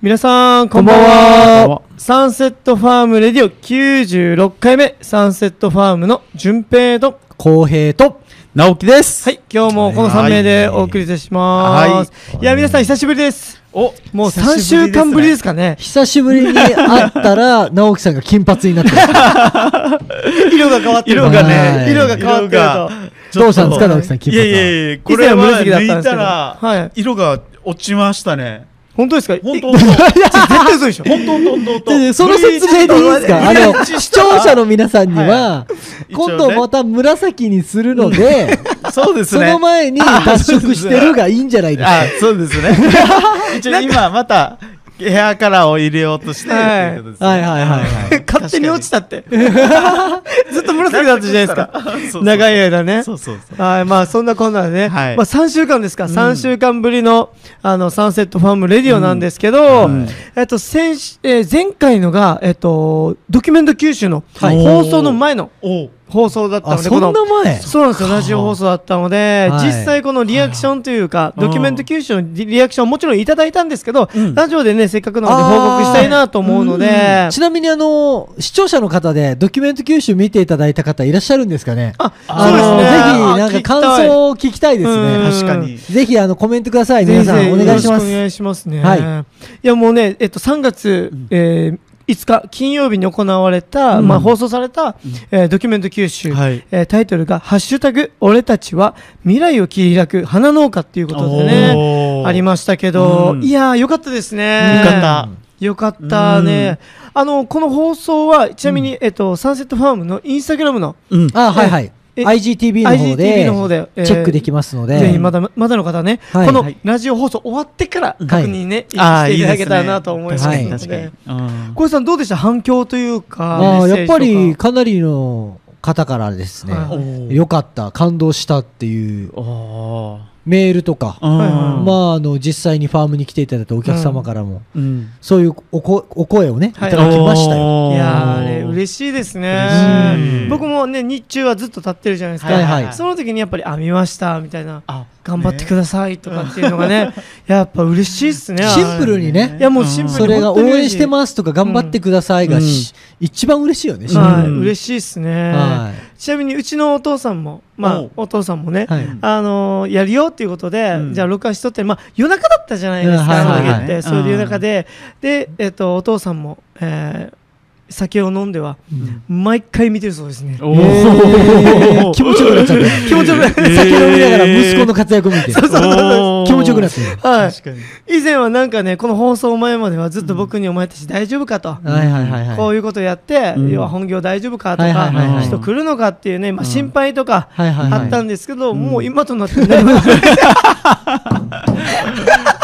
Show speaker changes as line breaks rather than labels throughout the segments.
皆さん、こんばん
こんばん
は
は。
サンセットファームレディオ96回目、サンセットファームの順平と、
公平と直樹です。
はい、今日もこの3名でお送りいたします。
はい
いや、皆さん久しぶりです。お、もう3週間ぶりですかね。
久しぶりに会ったら直樹さんが金髪になってる
色が変わってる。
色がねはい
色が変わってると。
どうしたんですか直樹さん
い
金
や
髪
い
は
やいや、
以
これ
前は
は
紫だったん
抜
で
い
すけ
た
どは
ら
い、
色が落ちましたね。
本当ですか
本当
え
本当
ちょ絶対嘘 でしょ。
本当本当本
でで
当。
その説明でいいですかあ
ブリー
の
チ
視
した
聴者の皆さんには、
い
今度また紫にするので、
そうです
そ
ね。
の前に脱色してるがいいんじゃないですか
あ、そうで すね。一応今またヘアカラーを入れようとして
はい
っていうことですね
はいはいはいはい
勝手に落ちたって。 ずっと紫だったじゃないですか。
す
長い間ね。
そうそうそう。
はい、まあそんなこんなでね、
はい
まあ3週間ですか、3週間ぶりのあのサンセットファームレディオなんですけど、
うんはい
えっと先し、えー前回のが、えっと、ドキュメント九州の
はい
放送の前の
おう
放送だったの
あ
で、
そ
こ
ん
の
な前
そうなんですよ、ラジオ放送だったので、
はい
実際このリアクションというか、
うん
ドキュメント九州のリリアクションもちろんいただいたんですけど、
うん
ラジオでね、せっかくなので報告したいなと思うので、
あーんちなみにあの視聴者の方でドキュメント九州見ていただいた方いらっしゃるんですかね
あ、
あ
そうですね。
の
あ
ぜひな
聞
んか
きたい
感想を聞きたいです
うん
ね
確かに。
ぜひあのコメントください
ぜ
皆
ひ
さ
ぜひ
んお願いしま
よろくお
す
願いしますね。。
はい
やもうね、えっと3月、えー5日金曜日に行われた、
うん
まあ放送された、えードキュメント九州、
はい
えータイトルがハッシュタグ俺たちは未来を切り開く花農家っていうことでね
おー
ありましたけど、
うん
いやー良かったですね。
よかった。
よかったね。あのこの放送はちなみに、えっとサンセットファームのインスタグラムの
うん。
あはいはい
え
IGTV の方
IGTV の方で
で
えー
チェックできますので
ぜひまだまだの方はね、
はい
この
はい
ラジオ放送終わってから確認ね、
あー
していただ
で
け
す
た
ね
らなと思いますので、
はい
確かに確かに。うん
小江さんどうでした反響というか
ああやっぱ
メ
り
ッセージとか
かなりの方からですね
は
良かった感動したっていう
お
メールとか
はいはい
まああの実際にファームに来ていただいたお客様からも
うん。
そういうおこお声をねい
はい
ただきましたよ
よ
いやーあれ
しい。
嬉しいです
嬉し
ね
い
僕もね日中はずっと立ってるじゃないですか、
はいはい
その時にやっぱり「あ見ました」みたいな
あ
「頑張ってく
ね
ださい」とかっていうのがねやっぱ嬉しいっすね
シンプルにね
いやもうシンプル
そ
に
れが
本
応
当に嬉しい
援してますとか頑張ってくださいがし一番嬉しいよねシンプル
はい、
うん
嬉しいっすね、
は
ちなみにうちのお父さんもまあ
おう
お父さんもね、
はい
あのーやるよっていうことで、
うん
じゃあ録画しとって、まあ、夜中だったじゃないですか、
うんはい
その
はい
時っ
は
て
い
それで夜中で、で、えっとお父さんも、えー酒を飲んでは毎回見てるそうですね。
お
えー
ー
気持ちよくなっちゃった
気持ちよくなっちゃった
酒飲みながら息子の活躍を見て
そうそうそう
おー
気持ちよくなってる
はい、
確かに。
以前はなんかねこの放送前まではずっと僕に「お前たち大丈夫か?」と。
はいはいはいはい
こういうことやって、
うん
要は本業大丈夫かとか、
はいはいはい
はい
人来るのかっていうね、まあ、心配とか
はいはいはい
あったんですけど、
ん
もう今となってね、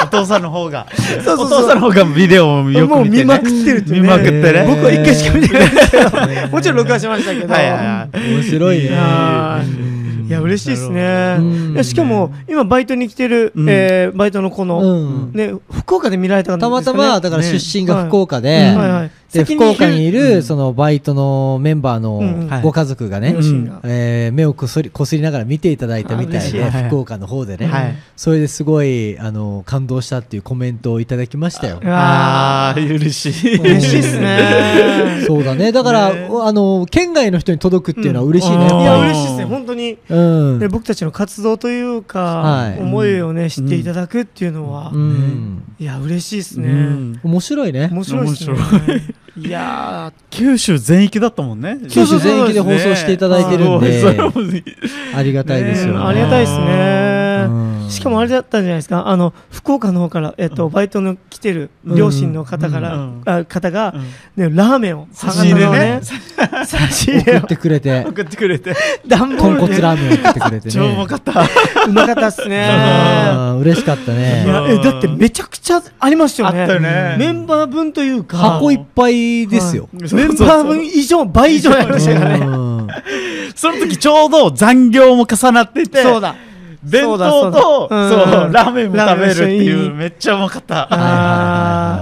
お父さんの方が。
そうそうそう
お父さんの方がビデオをよ
も
く
う
見
見
て
ま
ね
く。ってるっていうね
見まくってね
僕は一回しか見てないですけど、もちろん録画しましたけど、
はいはいはい
面白い
い
ね
やーいや嬉しいですね
うん
いやしかも今バイトに来てる、
うん
えーバイトの子の、
うん
ね、福岡で見られたんです
た
か、ね、
またまだから
ね
出身が福岡で、
はいはい
で
先
福岡にい
うん
るそのバイトのメンバー
うん
のご家族がね、
両親が
えー目をこすりこすりながら見ていただいたみた
あ嬉
い
しい
で
はい
福岡の方でね、
はい
それですごいあの感動したっていうコメントをいただきましたよ
う。わ
あ
ー
ー、嬉しい。
嬉しいっすね
そうだねだから、
ね
あの県外の人に届くっていうのは嬉しいね、
うん
いや
やっぱ
嬉しいですね本当に、
りうん
ね、僕たちの活動というか、
はい
思いをね知っていただくっていうのは、
うん
いや嬉しいです
う
ね、
ん
面白いね
面白いですね
面
いや
九州全域だったもんね。
九州全域で放送していただいてるんで
ねすごいそれもね
ありがたいですよ、
ね
ね、
ありがたいです
う
ね
ん
しかもあれだったんじゃないですかあの福岡の方から、えっとバイトの来てる両親の方から、
うん
あ方が、
うん
ね、ラーメンを
差し入れね
博多のね差し入
送
れを
ってくれて
送ってくれて。
段ボー
豚
ル
骨
で
ラーメン送って くれてね
超うまか った。
うまかったっす ね
あー嬉しかった
い
ね
やえだってめちゃくちゃありましたよね
あったよね
メンバー分というか
箱い
は
っぱいですよ、
いメンバー分以上倍以上ありましたからね
うん
その時ちょうど残業も重なってて。
そうだ
弁
そうだそ
当
うだ
とそう
うん
ラーメンも食べるって
ラーメン
い
一緒
う
に
めっちゃうまかった
ああ
はいはいはいは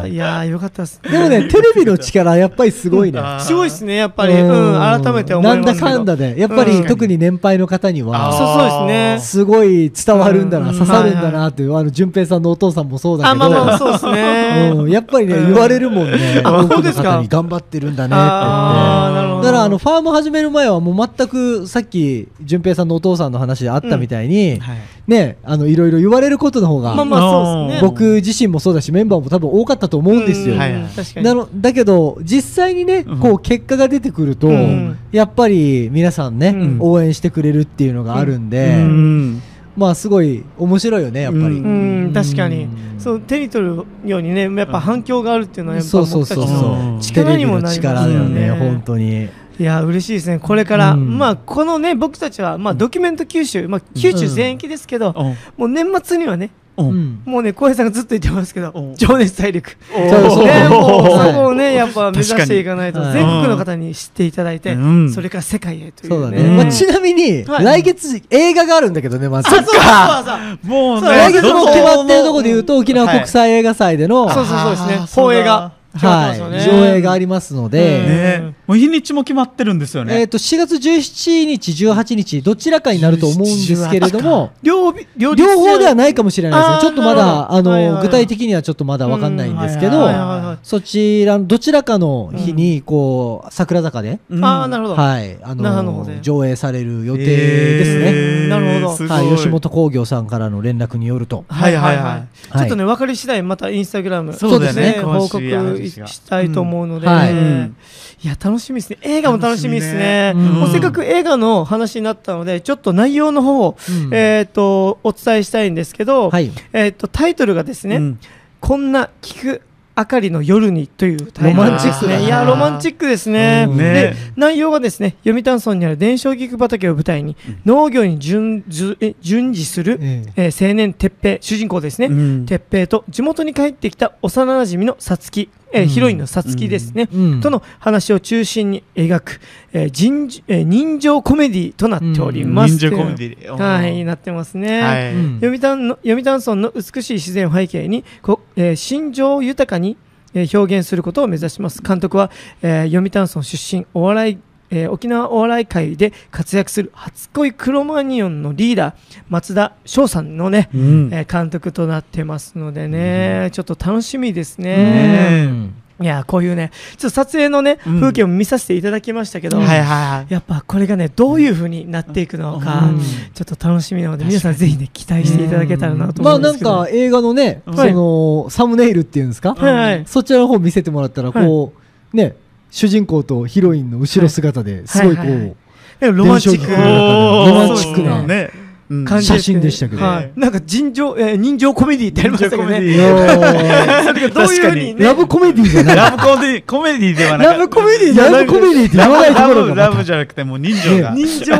い
いやーよかったです
でもね、テレビの力、やっぱりすごいね。
あー
すごいですねやっぱり、うん、
うん
改めて思いますけど
なんだかんだで、やっぱ
う
り
ん
特に年配の方に
あー
は、
そうそうですね
すごい伝わるんだな、
うん
刺さるんだなっていう、あの、淳平さんのお父さんもそうだ
あ
け
まあまあ
ど、
そうですね、
うんやっぱりね、
うん
言われるもんね、
あ
多
そ
く
う
の
ですか
方に頑張ってるんだねって
ああなるほど
言って。だから、あの、ファーム始める前はもう全く、さっき、淳平さんのお父さんの話であったみたいに、
はい
ね、あの、いろいろ言われることの方が、
まあまあそうですね
僕自身もそうだし、メンバーも多分多かったと思うんですよ。
うんはいはい
確かに
なのだけど実際にね、
うん
こう結果が出てくると、
うん
やっぱり皆さんね、
うん
応援してくれるっていうのがあるんで、
うん
まあすごい面白いよねやっぱり、
う
う
うん
ん確かに
うん
そう手に取るようにねやっぱ反響があるっていうのはやっぱ
そうそ
僕
う
たち
そう
の
そうテ
力
レ
に
ビ
も
の
なり
力
ます
だ
よ
よ
ね
ね本当に
いや嬉しいですねこれから、
うん
まあこのね僕たちはまあドキュメント九州まあ九州全域ですけど、もう年末にはね
うん
うん
もうね浩平さんがずっと言ってますけど、
うん
情熱大陸
お
そうそう
ね、もう
そ
そ
う
こをねやっぱ目指
確か
し
に
ていかないと
うん
全国の方に知っていただいて、
うん
それから世界へとい
そう
う
だ
ね
ね、
うん
まあ、ちなみに、
はい
来月映画があるんだけどねまず
あそうそうそうそう
もう
そう
ね
来月
ど
の
こ
決まってるところで言うと、沖縄国際映画祭での、
そうそうそうです
あ
ね
ーそう
放
だ
映が決まってますよ
はい、
ね
上映がありますので、
うん
ねもう日にちも決まってるんですよ
えっ、
ね
と、4月17日、18日、どちらかになると思うんですけれども、
両日両日
両方ではないかもしれないですね。ちょっとまだ、
あー
あの、
はいはいはい
具体的にはちょっとまだわかんないんですけ
うん
ど
はいはい、
はい
そちらの、どちらかの日に、こう、桜坂で、
うん
ああなるほど、
はい、あ
長野の
の
方で
上映される予定ですね。
えー
なるほど
すご
はい、吉本興業さんからの連絡によると。
はいはいはい
はい
ちょっとね、分かり次第、またインスタグラム、
そうだよね
ちょっと
詳
報
し
告
い話が
したいと思うので、
うんはい
うん
いや、楽しみですね。映画も楽しみですね。
楽しみねうん
もうせっかく映画の話になったので、ちょっと内容の方を、
うん
えっ、と、お伝えしたいんですけど、
はい。
えっ、と、タイトルがですね、
うん
こんな聞く明かりの夜にというタイトル
ロマンチックだ
で
な
すね。いや、ロマンチックですね。
うん
ね
で内容がですね、読谷村にある伝承菊畑を舞台に、農業に準準え準じする、
ええ
えー青年鉄平、主人公ですね。
うん
鉄平と地元に帰ってきた幼馴染のさつき、えー
うん
ヒロインのさつきですね、
うん
との話を中心に描く、えー人じえー人情コメディとなっております、
人情コメディ
はいなってますね、
はい
うん
読谷の読谷村の美しい自然を背景にこ、えー心情を豊かに、えー表現することを目指します監督は、えー読谷村出身お笑い、えー沖縄お笑い界で活躍する初恋クロマニオンのリーダー松田翔さんのね、
うん
えー監督となってますのでね、ちょっと楽しみです
う
ね。
ん
いやこういうねちょっと撮影のね、
うん
風景も見させていただきましたけど、
はいはいはい
やっぱこれがねどういう風になっていくのか、
うん
ちょっと楽しみなので皆さんぜひね期待していただけたらなと思
まあ
うんで
な
す
ん
けど、
か映画のね、そ
はい
の、サムネイルっていうんですか
はいはい
そちらの方見せてもらったら、こう、ね、主人公とヒロインの後ろ姿ですごいこ、
はいはいはいうなんかロマンチック
テンションが
おー
ロマンチックな
ねうん
感じすけど
写真でしたけど
はい、なんか人情、えー人情コメディってありましたけどね
人情コメデ
それがどういう風にね
ラブコメディじゃない。
ラブコメディコメディではな
ラ
か
ブ
っ
コメディじゃ
ラ
な
ブ
い
コメディって言わない
た
と
ラ
ころ
ブ
が
ラ
ま
ブ
た。
じゃなくてもう人情が
人情、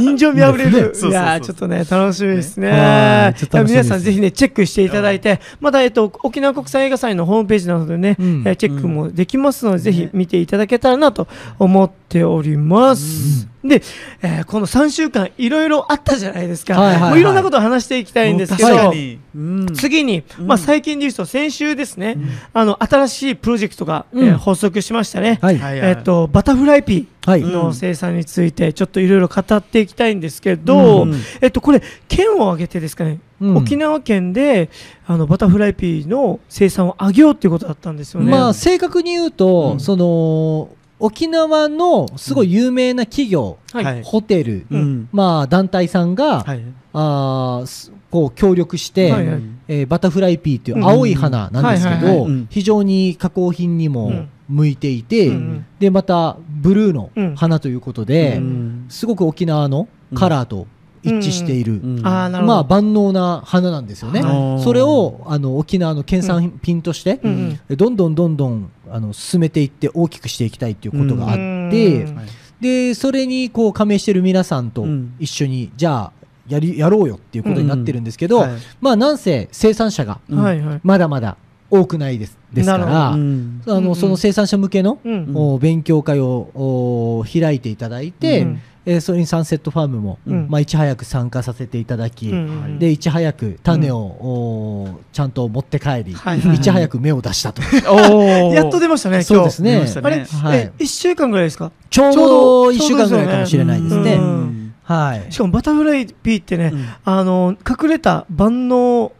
人情味あふれる。
です
い
ね
やー
そうそうそう
ちょっとね、楽しみですね。
はいちょっと楽しみ
皆
です
さんぜひね、チェックしていただいて、また、えっと、沖縄国際映画祭のホームページなどでね、
うん
えーチェックもできますので、ぜひ見ていただけたらなと思っております。で、えーこの3週間、いろいろあったじゃないですか。
はいはいはい
もういろんなことを話していきたいんですけど、
確かにうん
次に、まあ、最近で言うと、先週ですね、あの、新しいプロジェクトが、えー
うん
発足しましたね。
はい。
はい
えっと、バタフライピー。
はい。
の生産についてちょっといろいろ語っていきたいんですけど、
うん
えっと、これ県を挙げてですかね、
うん
沖縄県であのバタフライピーの生産を上げようっていうことだったんですよね。
まあ正確に言う
う
と、
ん
その、沖縄のすごい有名な企業、
はい
はい
ホテル、
うん
まあ団体さんが、
はい
あーすこう協力して、
はいはい
えーバタフライピーという青い花なんですけ
うんはいはい
ど
はいうん
非常に加工品に
う
も
ん
向いていて、
うん
でまたブルーの
うん
花ということで、
うん
すごく沖縄のカラーと一致している、
うん
あーなるほど
まあ、万能な花なんですよね、
はい
それをあの沖縄の県産品として、
うん
どんどんどんどんあの進めていって大きくしていきたいということがあって、
うん
はい
でそれにこう加盟してる皆さんと
うん
一緒に、じゃあやりやろうよっていうことになってるんですけど、
はい
まあなんせ生産者が
うん
はいはい
まだまだ多くないですですか
な
ら、あ
うん
うんう
の
ん
その生産者向けの、
うん
お勉強会をお開いていただいて、
うん
えーそれにサンセットファームも、
うん
まあ、いち早く参加させていただき、
うん
でいち早く種を、おーちゃんと持って帰り、
はい
い
はい
ち早く芽を出したと
お
やっと出ましたね、今日。
そうです
出
ね
ました
あれ、
ね
はい
え1週間ぐらいですか
ちょう
ちょう
ど
ど
1週間ぐらいかもしれないですね、
うん
はい
しかもバタフライピーってね、
うん
あの隠れた万能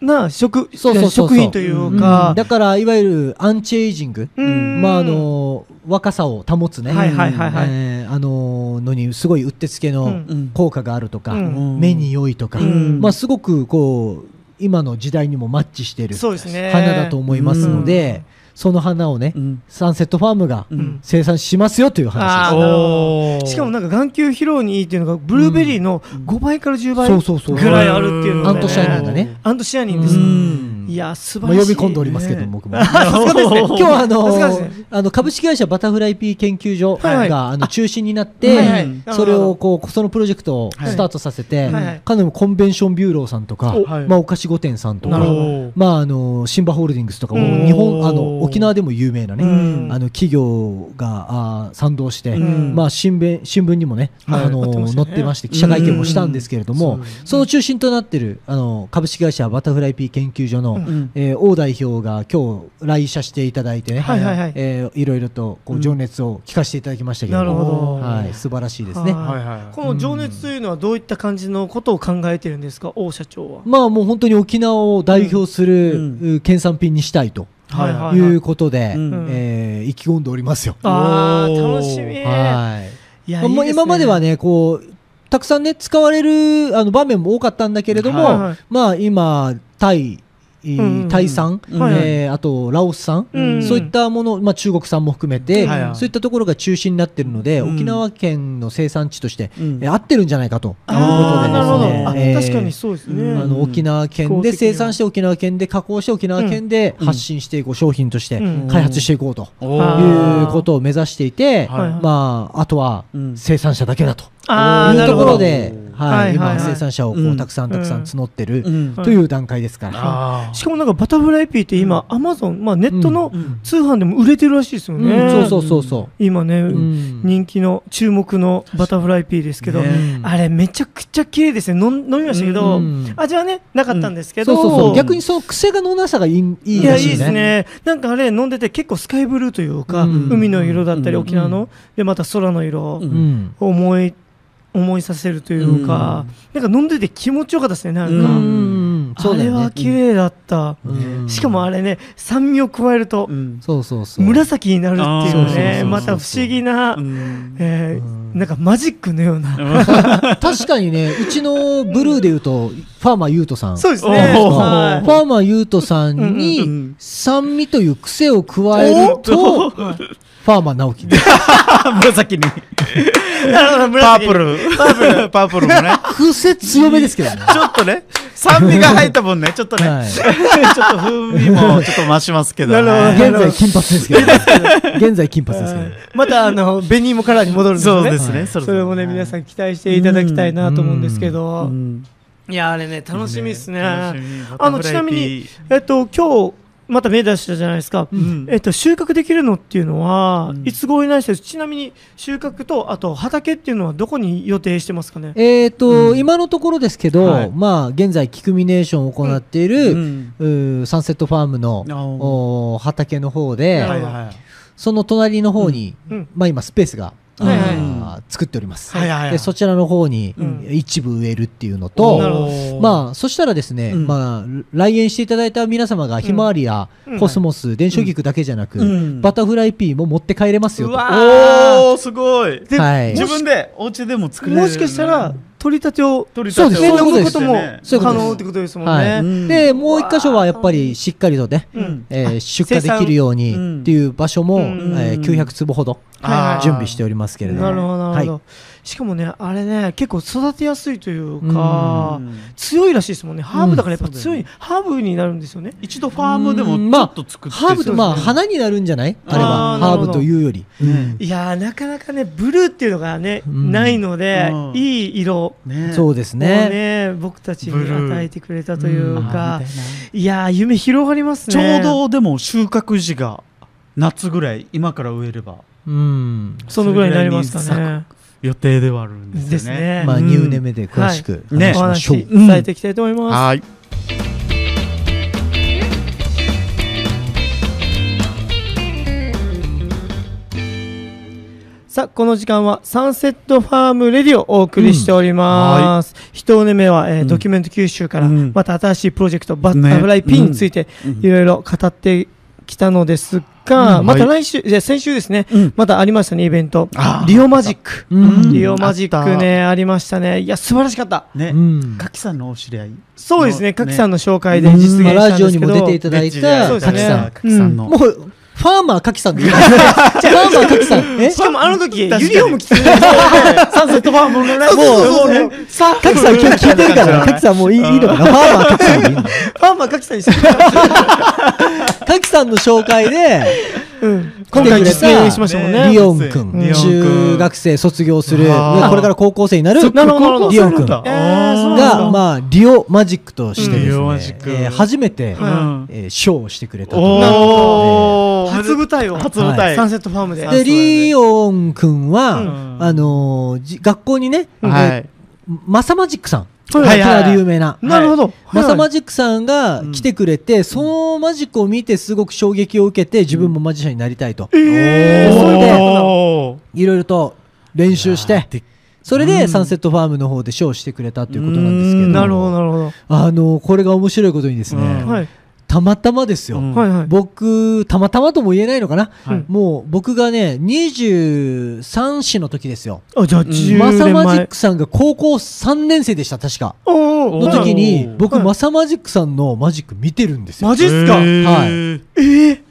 な食
そうそうそうそう
食品というか、
だからいわゆるアンチエイジング、
うん
まああの若さを保つね、
はいはいはいはい
えーあののにすごいうってつけ
う
の
ん
うん
効果があるとか、
うん
目に良いとか、
うん
まあ、すごくこう今の時代にもマッチしてる
そうですね
花だと思いますので、その花をね、
うん
サンセットファームが
うん
生産しますよという話
あ
で
ーなるほ
おー
しかもなんか眼球疲労にいいっていうのがブルーベリーの5倍から10
す、
倍
そうそうそう
ぐらいあるっていうのが
アン
ね
トシャイニーがね
アントシアニンです
う
ね
ん
いや素
ま
晴
あ
ら
呼
しい
び込んでおりますけど、
ね
僕も
そうですね
今日はあの
さすがですね
あの株式会社バタフライピー研究所が、
はいはい
あの中心になっ
は
て、
いはい
うん
それをこうそのプロジェクトをスタートさせて、
はいはい
かなりコンベンションビューローさんとか、
おはい
まあ、お菓子御殿さんと
なるほ
か
ど。
まあ、あのシンバホールディングスとか
うん
も日本あの沖縄でも有名なね、
うん
あの企業があー賛同して、
うん
まあ、新聞新聞にもね、
はい
あの
載ってました
載
ね
ってまして記者会見もしたんですけれども、
うん
その中心となっているあの株式会社バタフライピー研究所の、
うん
えー王代表が今日来社していただいてね、
はいはいはい
えーいろいろとこ
うん
う情熱を聞かせていただきましたけれ
なる
ども、
ほど
はい、素晴らしいですね。
は
はいはい
この情熱というのはどういった感じのことを考えてるんですか王社長は
まあもう本当に沖縄を代表する、
うん
う県産品にしたいと
はい
は
いうことで、
うん
えー意気込んでおりますよ。
ああ
おー
楽しみ
はい。
いや
まあ
いいすね
もう今まではねこうたくさんね使われるあの場面も多かったんだけれども、
はい
はい
まあ今タイ、え
うん
ー
うん
タイ産、
うんはい
はい
えーあとラオス産、
うん
そういったもの、まあ、中国産も含めて、
はいはい
そういったところが中心になっているので、
うん
沖縄県の生産地として、
うん
えー合ってるんじゃないかということでですね
あーなるほどあ
えー
確かにそうですね
あの沖縄県で生産して沖縄県で加工して沖縄県で発信していこう商品として
うん
開発していこうと
お
あ
ー
いうことを目指していて、
はい
はい
まあ、あとは
うん
生産者だけだと
あー
い
な
う
る
と
ほ
こ
ど
ろで、
は
はいい、
はいは
今
い
生産者をこ
うん
うたくさんたくさん募ってる
うん
という段階ですから。
あー
しかもなんかバタフライピーって今、アマゾン、まあ、ネットの
うん
通販でも売れてるらしいですよ
う
ね。
んそうそうそうそ
今ね、
う。うん
人気の注目のバタフライピーですけど、
ね
あれめちゃくちゃ綺麗ですね。飲ん飲みましたけど、
うん
味はね、なかったんですけ
そ
ど、
うそうそう。逆にその癖がのなさがいい
い
いい
や、
ら
いい
し
で
い
す
ね。
ね。なんかあれ飲んでて結構スカイブルーというか、
うん
海の色だったり、
うん
沖縄の、
う
で、また空の色を
うん
うん
思い、思いさせるというか、なんか飲んでて気持ちよかったですね、なんか。
うん
うんそう
あ
だ
れ
よね
は綺麗だった。
うん
しかもあれね、酸味を加えると、
うん
そうそうそう。
紫になるっていうね
あー
また不思議な、
うん
えー
うん
なんかマジックのような、
確かにね、うちのブルーで言うと、ファーマーユートさん。
そうですね、
おー
はい
ファーマーユートさん
うんうんうん
に酸味という癖を加えると、ファーマー 直樹に
あ紫に
なるほど
パ
紫
ープルパープル パープルもね
癖強めですけどね。
ちょっとね酸味が入ったもんねちょっとね、
はい
ちょっと風味もちょっと増しますけど、ね、
なるほど
現在金髪ですけど。現在金髪ですけど。
またあの紅芋カラーに戻るんです
そ
よ
う
ね
ですね、そ
それもね
皆
皆さん期待していただきたいなと思うんですけど、
ん
いやあれね楽しみですね
楽しみ
あのちなみに、えっと今日また芽出したじゃないですか、
ん
えっと、収穫できるのっていうのは、
うん
いつごにないですちなみに収穫とあと畑っていうのはどこに予定してますかね
えっと、今のところですけ
はい
ど、まあ、現在、キクミネーションを行っている、うーサンセットファームの
あー
おー畑の方
は
で
い、は
その隣の方に、
うん
まあ今スペースが、
はいはい
あー作っております、
はいはいはい
でそちらの方に
うん
一部植えるっていうの
い
なる
と、
ほ
まあそしたらですね、
うん
まあ来園していただいた皆様がひまわりや
うん
コスモス、電書菊だけじゃなく、
うん
バタフライピーも持って帰れますよ
う
と。
わ
おおーすごい
で
はい
自分でお家でも作れる
もしかしたら取り立てを
取り
そう
立
で
て
す
を
面倒
そう
く
で
こ
す
とも
そういう
可
ことです
能ってことですもん
は
ね。
い、
うん
でもう一箇所はやっぱりしっかりとね、
うん
えー出荷できるよう
生産
にっていう場所も、
うん
えー900坪ほど
はいはい
準備しておりますけれども
なるほどなるほど、
は
しかもねあれね結構育てやすいという
あ
か、
ー
強いらしいですもんねハーブだからやっぱ強い、
うん
ハーブになるんですよね。
一度ファームでも
うん
ちょっと作って
ハーブと、まあ、花になるんじゃないあれは
あーな
ハ
るほ
ー
ど
ブというより。
ね
いやーなかなかねブルーっていうのがね、
うん
ないので、
うん
いい色を
ね
そうです
ね
ね。
僕たち
ブル
に
ー
与えてくれたという
あ
か
ーみたい、ない
やー夢広がります
ちょ
ね
うどでも収穫時が夏ぐらい今から植えれば
うん。
そのぐらいになりますか
それぐらい
ね。
予定ではあるんですよね。
ですね
まあ、
うん
2年目で詳しく
はいね
話し
お
ましょう。
話伝えていきたいと思います。
はーい。
さあ、この時間はサンセットファームレディオをお送りしております。一、う目は、えー
うん
ドキュメント九州から、
うん
また新しいプロジェクト、バ
ね
ッタフライピンについて、
うん
いろいろ語ってきたのですが、
うん
また来週、じゃあ先週ですね、
うん
またありましたね、イベント
あ。ー
リオマジック。
うん
リオマジックね、ありましたね。いや、素晴らしかった。
ね
う、ん
かきさんのお知り合い。
そうですね、
ね
かきさんの紹介で実現し
まあ
たん
ラ
で
ジオ
す
に
けど、
も出ていただい
そう
た
です
か
ね
きさん。
かきさん
もう、
の。
ファーマーかきさんでいいファーマーかきさん。え
しかもあの時、ユ
確かに
ニフォーム着てる。
サンセットファームのね
もう
ね。
さかきさん今日聞いてるから、かきさんもういいいいのかなファーマーかきさんでいいの
ファンマかきさんにしてる。
かきさんの紹介で、
うん今
今回
回
実
実
現
現
し
し
ま
ま
し
したた
も
も
ん
ん
ね
ね。
リオンくん
リオンくん
中学生卒業する、
あー
これから高校生になる
なるほどなるほど
リオンくん
そうなんだ
えーそうなん
が、
だ
まあ、リオマジックとしてですね、
うんリオマジック
えー初め
はい
て、
うん
えーショーをしてくれたと。
おー
初舞台を
初舞
は
台。
サンセットファームで
あ。
で
そうだね
リオンくんは、
うん
あのーじ学校にね、
は
え
い。
ーマサマジックさん、
はいはいはい
沖縄で有名な、
なるほど。
マサマ
ジ
ジックさんが来てくれて、そのマジックを見てすごく衝撃を受けて自分もマジシャンになりたいと、
えー
それで
おー
いろいろと練習し
いや
て
ーで
それで
うん
サンセットファームの方でショーをしてくれたということ
う
なんですけど
ーん
なるほど、なるほど。
あのーこれが面白いことにですね、
うん
はい。
たまたまですよ、
うん
はいはい。
僕たまたまとも言えないのかな、
はい
もう僕がね23歳の時ですよ
あ、じゃあ、10
マサ
年
マジッ
前
ク。さんが高校3年生でした確か
おー
の時に
おー
僕、
はい
マサマジックさんのマジック見てるんですよ
マジっすか
へー
は
えー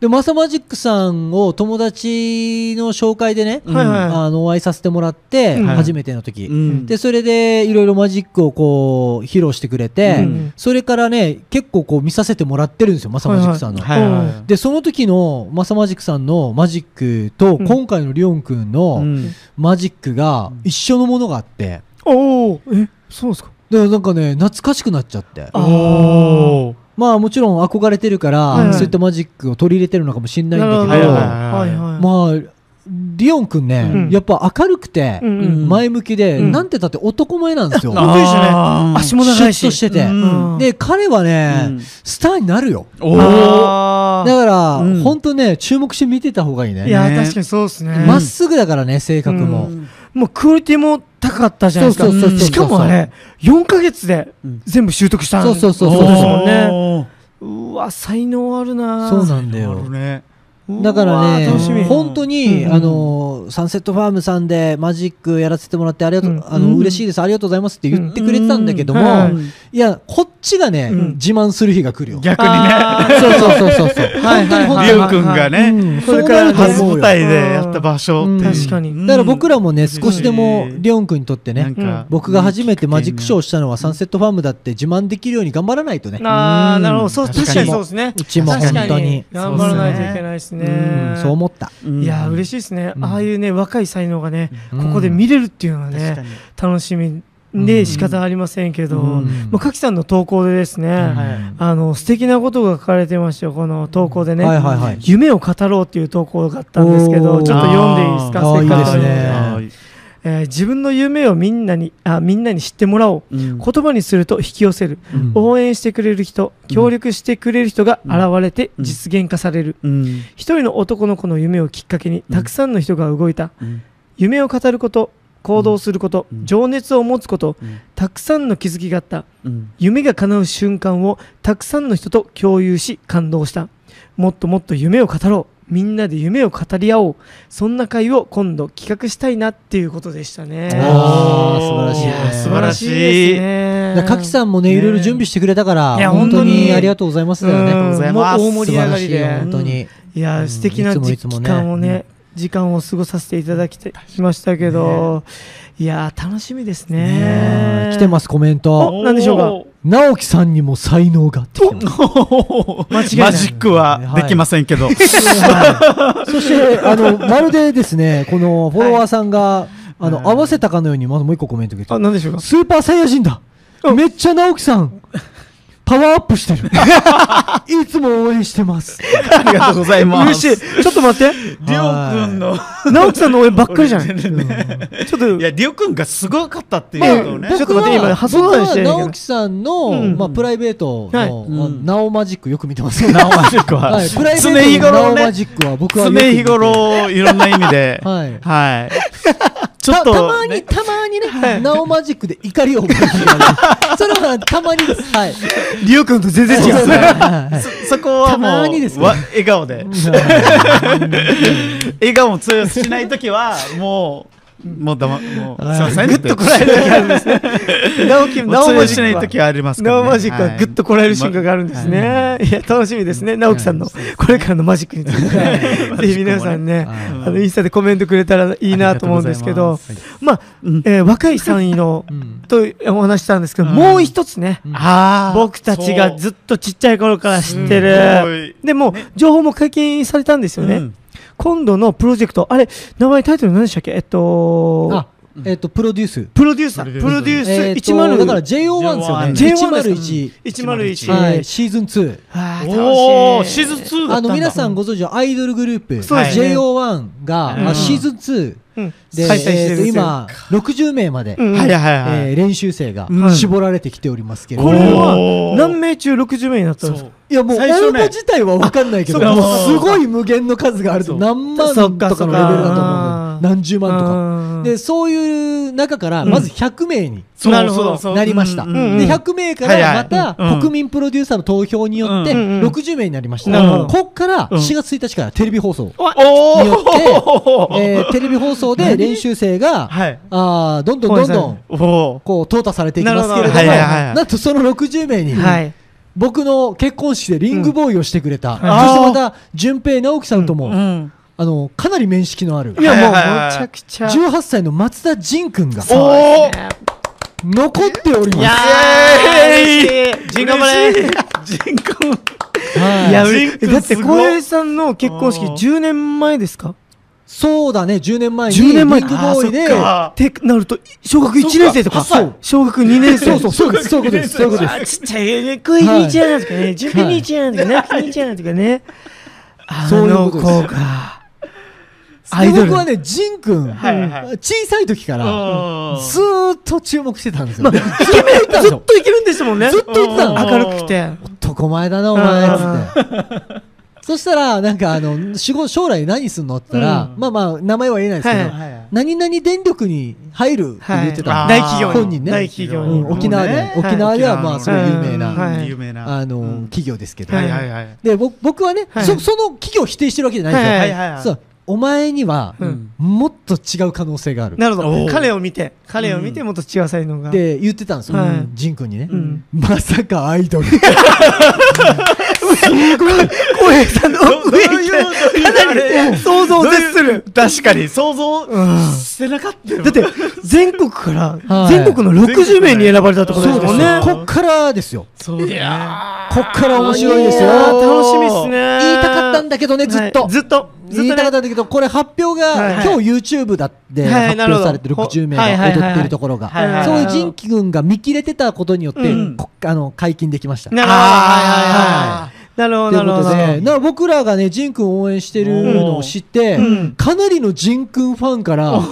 でマサマジックさんを友達の紹介でね、
うん
はいはい
あのお会いさせてもらって、
うん
初めての時、
うん
でそれでいろいろマジックをこう披露してくれて、
うん
それからね結構こう見させてもらってるんですよマサマジックさんの、
はいは
でその時のマサマジックさんのマジックと
うん
今回のリオンくん
い。う
の
ん
マジックが一緒のものがあって
おーえ、そうですか。
だからなんかね懐かしくなっちゃって
あ
おー
まあもちろん憧れてるから、
はいはい
そういったマジックを取り入れてるのかもしれないんだけど
なるほどはいはい
はいはい。
まあリオンくんね、
うん
やっぱ明るくて、
うんうん
前向きで、
うん
なんて言ったって男前なんですよ、
あびっくりしたね
あー
足も長い
シュッとしてて
うん
で彼はね、
うん
スターになるよ
おー
あ
だ
ー
から、
うん
本当ね注目して見てた方がいいね
いや、確かにそうですね。
まっすぐだからね性格
う
も、
んもうクオリティも高かったじゃないですか。
そうそうそうそう
しかもあれ、4ヶ月で
うん
全部習得したん
そうそうそうそう
ことですもんね。
おー
うわ、才能あるな
そうなんだ
なる
よ
ほどね。
だからね
うわ楽しみ。
本当に、
うん
あのサンセットファームさんでマジックやらせてもらってありがとう、
うん
あの
うん
嬉しいですありがとうございますって言ってくれてたんだけども、
うんはい
い、やこっちがね、
うん
自慢する日が来るよ。
逆に
あ
ね。
ー
そうそうそうそうそう。
はい
本当に本当
は
に
い
リュウ君が
う
ね
ん、そうなると
初
思うよ。
舞
だ
台でやった場所っていう
うん確
かに
から僕らもね、少しでも
うん
リオン君にとって
な
ね
ん、か
僕が初めてマジックショーをしたのはサンセットファームだって自慢できるように頑張らないとね。
あーなるほど。そう、
確かに
確かにそうですね。
うちも本
確
当
か
に。
頑張らないといけないですね
うん。そう思った。
いやー、嬉し
い。
いですね
う。ん
ああいうね、若い才能がね、
うん
ここで見れるっていうのは
確
ね、
かに。
楽しみで仕方ありませんけど、
うん
もうかきさんの投稿でですね、
はい
あの素敵なことが書かれてましたよ、この投稿でね、
はいはいはい
夢を語ろうっていう投稿があったんですけ
お
ど、
ー
ちょっと読んでいいです
あ
か、
ー
せっかく
いいですね
なので
はい
えー自分の夢をみんなにあみんなに知ってもらおう、
うん
言葉にすると引き寄せる、
うん
応援してくれる人、協力してくれる人が現れて
うん
実現化される、
うん
一人の男の子の夢をきっかけに、たくさんの人が動いた、
うん
夢を語ること、行動すること、
うん
情熱を持つこと、
うん
たくさんの気づきがあった。
うん
夢が叶う瞬間をたくさんの人と共有し感動したもっともっと夢を語ろうみんなで夢を語り合おうそんな会を今度企画したいなっていうことでしたね
あー素晴らしい
い
ね
やー素晴らしいですね
かきさんもね、
ね
いろいろ準備してくれたから、
いや
本当
本当
に
に
ありがとうございますだ
うん
よ
とう
ね。
ございます
もう大盛
素
り
晴
上
ら
が
し
り
いよ、
で
本当に。
いや
うん
ー素敵ない
つも
時
いつもね
間をね時間を過ごさせていただきてきましたけどいやー楽しみです
ね
ね
え来て ます、コメント。
お何でしょうか
直樹さんにも才能がってきてます。
間違いない
マジックはできませんけ ど。
はいそして、あの、まるでですね、このフォロワーさんが、あの、
うん
合わせたかのように、まずもう一個コメントくれて
あ何でしょうか
スーパーサイヤ人だめっちゃ直樹さんパワーアップして る。いつも応援してます。
ありがとうございま
嬉
す。
しい。ちょっと待って。
りょうくんの。
直樹さんの応援ばっかりじゃない。
俺全然ね
ちょっと
いや、りょうくんがすごかったって
まあ
いうのをね。
ちょっと待って今発音までしてないけど
僕は直樹さん
う
の
ん
まあプライベート
はい
のまあ
うん
ナオマジックよく見てますけど。
なおマジックは
はい、プライベ
常
ー
日
トのナ
頃
オマ
ね、
ジックは僕はよ
常
く見て。
日頃、いろんな意味で
はい。
はい。ちょった
た
と
ま
ね、
に、たまにね、ナオマジックで怒りを覚えて るからねそれはたまにです。はい。
リオ君と全然違う。
はい
そこはも
たまにです
う、
ね
わ笑顔で。笑顔も通用しないときは、もう、もうだま、もう、すいません。グッとこられる時あるんですね。
直樹、
もう
直
通
マ
用
ジ
しな
ッ
い
クは
ときはありますから
ナ
ね。
オマジックはぐっとこらえる瞬間があるんですね。いや、楽しみですね。直樹さんの、これからのマジックについてね、ぜひ皆さんね、
はい
あの、インスタでコメントくれたらいいなと思うんですけど、まあ、
うん
えー若い3位の
う、ん
とお話ししたんですけど、
うん
もう一つね、
ああ。
僕たちがずっとちっちゃい頃から知って
すご
る
い。
でも、情報も解禁されたんですよね。
うん
今度のプロジェクト、あれ、名前タイトル何でしたっけえっと
あ、、えっと、プロデュース。
プロデューサー、プ
プ
ロ
ロ
デ
デ
ュース
えっと
101。
だから
J1 101。
JO1 ですよね。101。
うん
はい、シーズン2。
あー
おお
楽し
シ
い
ーズン2だ
あ
ったんだ
の皆さんご存知のアイドルグループ、
そう
ですね
JO1 が、
うん
あシーズン2
うん
で、
開催してるんで
えーと
すよ
今、60名まで、
うん
はいはいはい、
えー練習生が
うん
絞られてきておりますけれど
こ
も、
れ
お
は
ー
何名中60名になったんですか
いやもう応
最初
募
ね
自体は分かんないけど、
あそっか
もうすごい無限の数があると、
そう
何万
そっか
とかのレベルだと
そっか
思うのよ何十万とか。
うん
で、そういう中から、まず100名に
そう
なるほど
そうそう
なりました。
う
で、
んうんうん
100名からまた
はいはいうん
国民プロデューサーの投票によって、
うん
うん
60名になりまし
なるほ
た。
ど
こっから
うん
4月1日からテレビ放送。
お
によって
お
えーテレビ放送で練習生が、
はい
あーどんどんどんどん、
おお
こう、淘汰されていきますけれども、
なるほどはい
はいはい
なんとその60名に、
はい。
僕の結婚式でリングボーイをしてくれた、そ
あー
してまた、淳平直樹さんとも、
うん
あの、かなり面識のある
い、や、もう、め
はいはいはい
ちゃくちゃ。
18歳の松田仁君が、
おお
残っております。
エ
ーイジン頑張れ
人工
はい
いや、
ジ
嬉
ン君
だって、
す
小
ごい
平さんの結婚式
うん
10年前ですか
そうだね、10年前に、
10年前
リングボーイで、
あ
ってなると、小学1年生とか、
そ
そ
っか
う小学2年生。
そうそう、そうです、そういうことです、そういうことです。
あちっちゃい、小平兄ちゃんとかね、純平兄ちゃんとか、直樹兄ちゃんとかね。あ
そういう
の
ことです
子が。アイ
で
ドル
僕はね、仁君、
はいはい
小さい時から、
あ
ずーっと注目してたんですよ。
イケメンずっとイケメンでしたもんね。
ずっと言ってたの
明るくて。
男前だな、お前、つって。そしたら、なんか、あの、仕事、将来何すんのって言ったら、
うん
まあまあ、名前は言えないですけど、
はい
何々電力に入るって言ってたの、
はい
大企業に
本人ね
大企業
う
に
ん沖縄で、
ね
沖縄では、まあ、
沖
そうい
縄
う
の
有名な、
うんはい
有名な
あの、
うん
企業ですけど、
はいはいはい
で、僕僕はね、
はい
そ、その企業を否定してるわけじゃないですよ。
は
はいい
は
はい
そうお前には、
うん
もっと違う可能性がある。
なるほど
おー
彼を見て彼を見てもっと違う才能が、
って言ってたんですよ、
はい
仁君にね、
うん
まさかアイドル。
浩平さんの上 行きたいかなり想像を絶する
確かに想
うん
像してなかったよ
だって全国から、
はい
全国の60名に選ばれたってことです
そうで
も
す
んね
よ。
こ
こっからですよ。
そうだね
こっから面白いですよ。
やー
言
楽しみっすね
いたかったんだけどね、ずっ
は
と
い。ずっとず
言
っ
い
と
たかっ
ね
たんだけど、これ発表
はいは
が、
い
今日 YouTube だって
はい
発
なるほ
表
ど
されてる
ほ
60名
はい
が
はいはい
踊ってるところ
はいはい
は
が、
い
そういう仁君が見切れてたことによって
うん、
こあの、解禁できました。
なるほどな
あ
るほ
とい
どなる
うこ
ほ
と
ど
で、な僕らがね、仁君を応援してるのを知って
うん、
かなりの仁君ファンから
お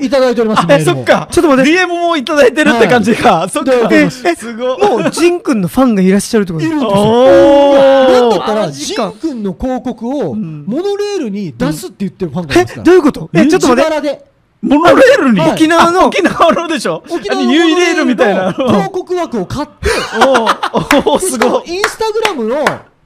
ー
いただいております、メ
え、
ール
そ
も
っ。か。
ちょっと待って
DM もいただいてるって感じか。そっか
いただい。て
え
ま
えすごい。
もうジン君のファンがいらっしゃるってことですか
なん
お
だったら、
マジ
ジ
か
ン君の広告を、
ん
モノレールに出すって言ってるファンがい
え
ますか
ど
ら。
ういうことえちょっと待っ
自
て
腹で。
モノレールに
はい
沖縄の
沖縄のでしょ
沖縄の
あの
モノ
ユイ
レー
レー
ル
ル
み
み
た
た
い
い
な
な。
広告枠を買って、
おおす
しか
ご
も
い。
インスタグラムの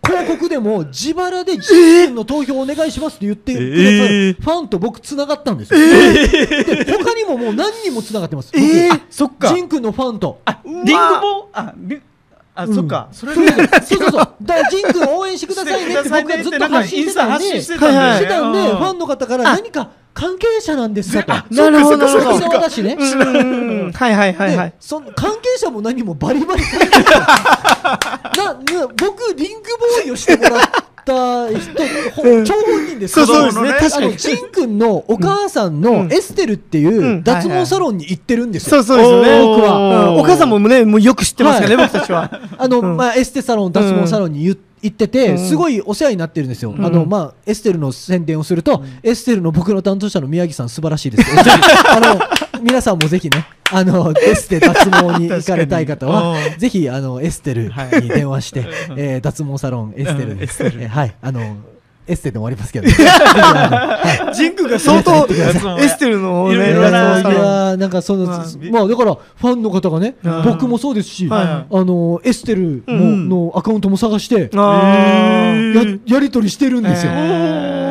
広告でも自腹で自分の投票お願いしますって言ってくださ
え
る
ー
ファンと僕繋がったんですよ。で、他にももう何人も繋がってます。僕
えー
あ
そっか
ジン君のファンと。
リングボあ、リあ、そっか。それ
そうそうそうそうそう。だからジン君応援してくださいねって僕がずっと発信してたんで、
イン
し
ス
て
タ発信してたんで
はいはい
たんで、
う
フ
ん
ァンの方から何か関係者なんですかと。
なるほど
そっかそっかそ
沖
っか
縄だしね。
うんうんはいはいはいはい
でその関係者も 何もバリバリ関係者なな僕リングボーイをしてもらっった人、 ほ超本人です
そうそうですね
子供のね
確か
あの
に
ジンくんのお母さん
う
の
ん
エステルってい
うん
う脱毛サロンに行ってるんです
そ
よ。
うそうですよね
おー
僕は、うんお母さんもねもうよく知ってますからね、
は
僕たちは
あの、
うん
まあ、エステサロン、脱毛サロンに言行ってて、
うん
すごいお世話になってるんですよ、
うん
あのまあ、エステルの宣伝をすると、エステルの僕の担当者の宮城さん、素晴らしいです、 ぜひあの皆さんもぜひね、あのエス テ脱毛に行かれたい方は
確かにう、
ぜひあのエステルに電話して、えー脱毛サロン、エステル
うん
に、
エステル
えーはい、あのエステで終わりま すけど、ぜひあの
ジン君が相当エステルのね
いろ
い
い
や
ろ
い
な
そうそう
やなんかその、
まあ
まあだからファンの方がね、
うん
僕もそうですし、
はい
あのエステルも、
うん
のアカウントも探して、
あー
ややり取りしてるんですよ、
えー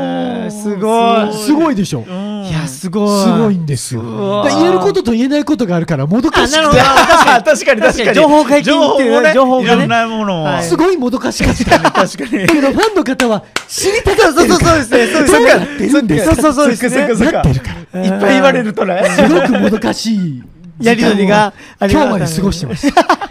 す
ー
ご
すごいでしょ、
いいやすごい
すごいんですよ
ごい
だから言えることと言えないことがあるからもどかしくて
あ確かに確かに
情報解禁っていうね
情報も
情報
ねい
がね
ろんなものを
はい
すごいもどかし かっただ
確かに
けどファンの方は知りた
そ
が
う
って
そう
る
そうそ
か
う
ら
ですねそう
どうやっ
です
てるんです
そうそうそうですね
そっかそっ
な
か
ってるから
いっぱい言われると ね
すごくもどかしい
やりとりがあ
今
り
日
がたい
まで過ごしてました
そっか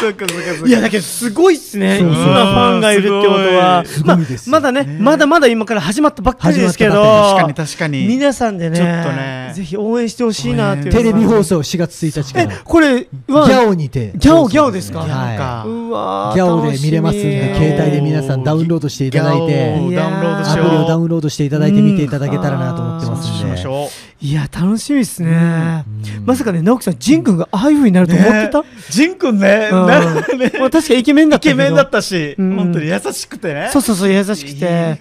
そっかそっ
いやだけどすごいっすね
そうそう
いろんなファンがいるってことは
すご
ま
い
あ
ですよ
まだねまだまだ今から始まったばっかりですけど
始ま
確かに確かに
皆さんでね
ちょっとね
ぜひ応援してほしいなっていう
テレビ放送4月1日か
え
ら
これは
ギャオにて
ギャオギャオですか
は
ギ
ャオか
い、
うわー
ギャオで見れますん
楽
で
しみ
携帯で皆さんダウンロードしていただいて
ギャオをダウンロード
ア
し
プ
よう
リをダウンロードしていただいて見ていただけたらなと思ってます
し
ん
ま
で
し、ょう
いや楽しみですね
うん
まさかね直樹さん仁君がああいうふうになると思ってた
ジンくんね
うん
なんかね
まあ確かにイケメンだった
イ
け
ケ
ど
メンだったし
うん
本当に優しくてね
そうそうそう優しくて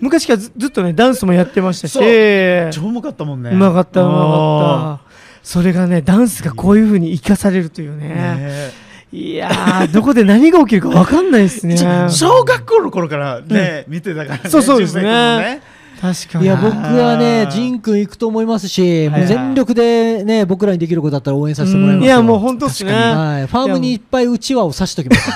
昔からずずっとねダンスもやってましたし
そう
う
超うまかったもんね
まかったうま
っ
かったそれがねダンスがこういうふうに生かされるというね
ね
いやーどこで何が起きるか分かんない ですね
小学校の頃からね見てたからね
そうそうですね
ジンベエ
確かに
いや僕はね
あー
仁君行くと思いますし、
はい
もう全力でね僕らにできることだったら応援させてもらいます
い
よ
やもう本当っすね
はい、ファームにいっぱいうちわを刺しとき ます。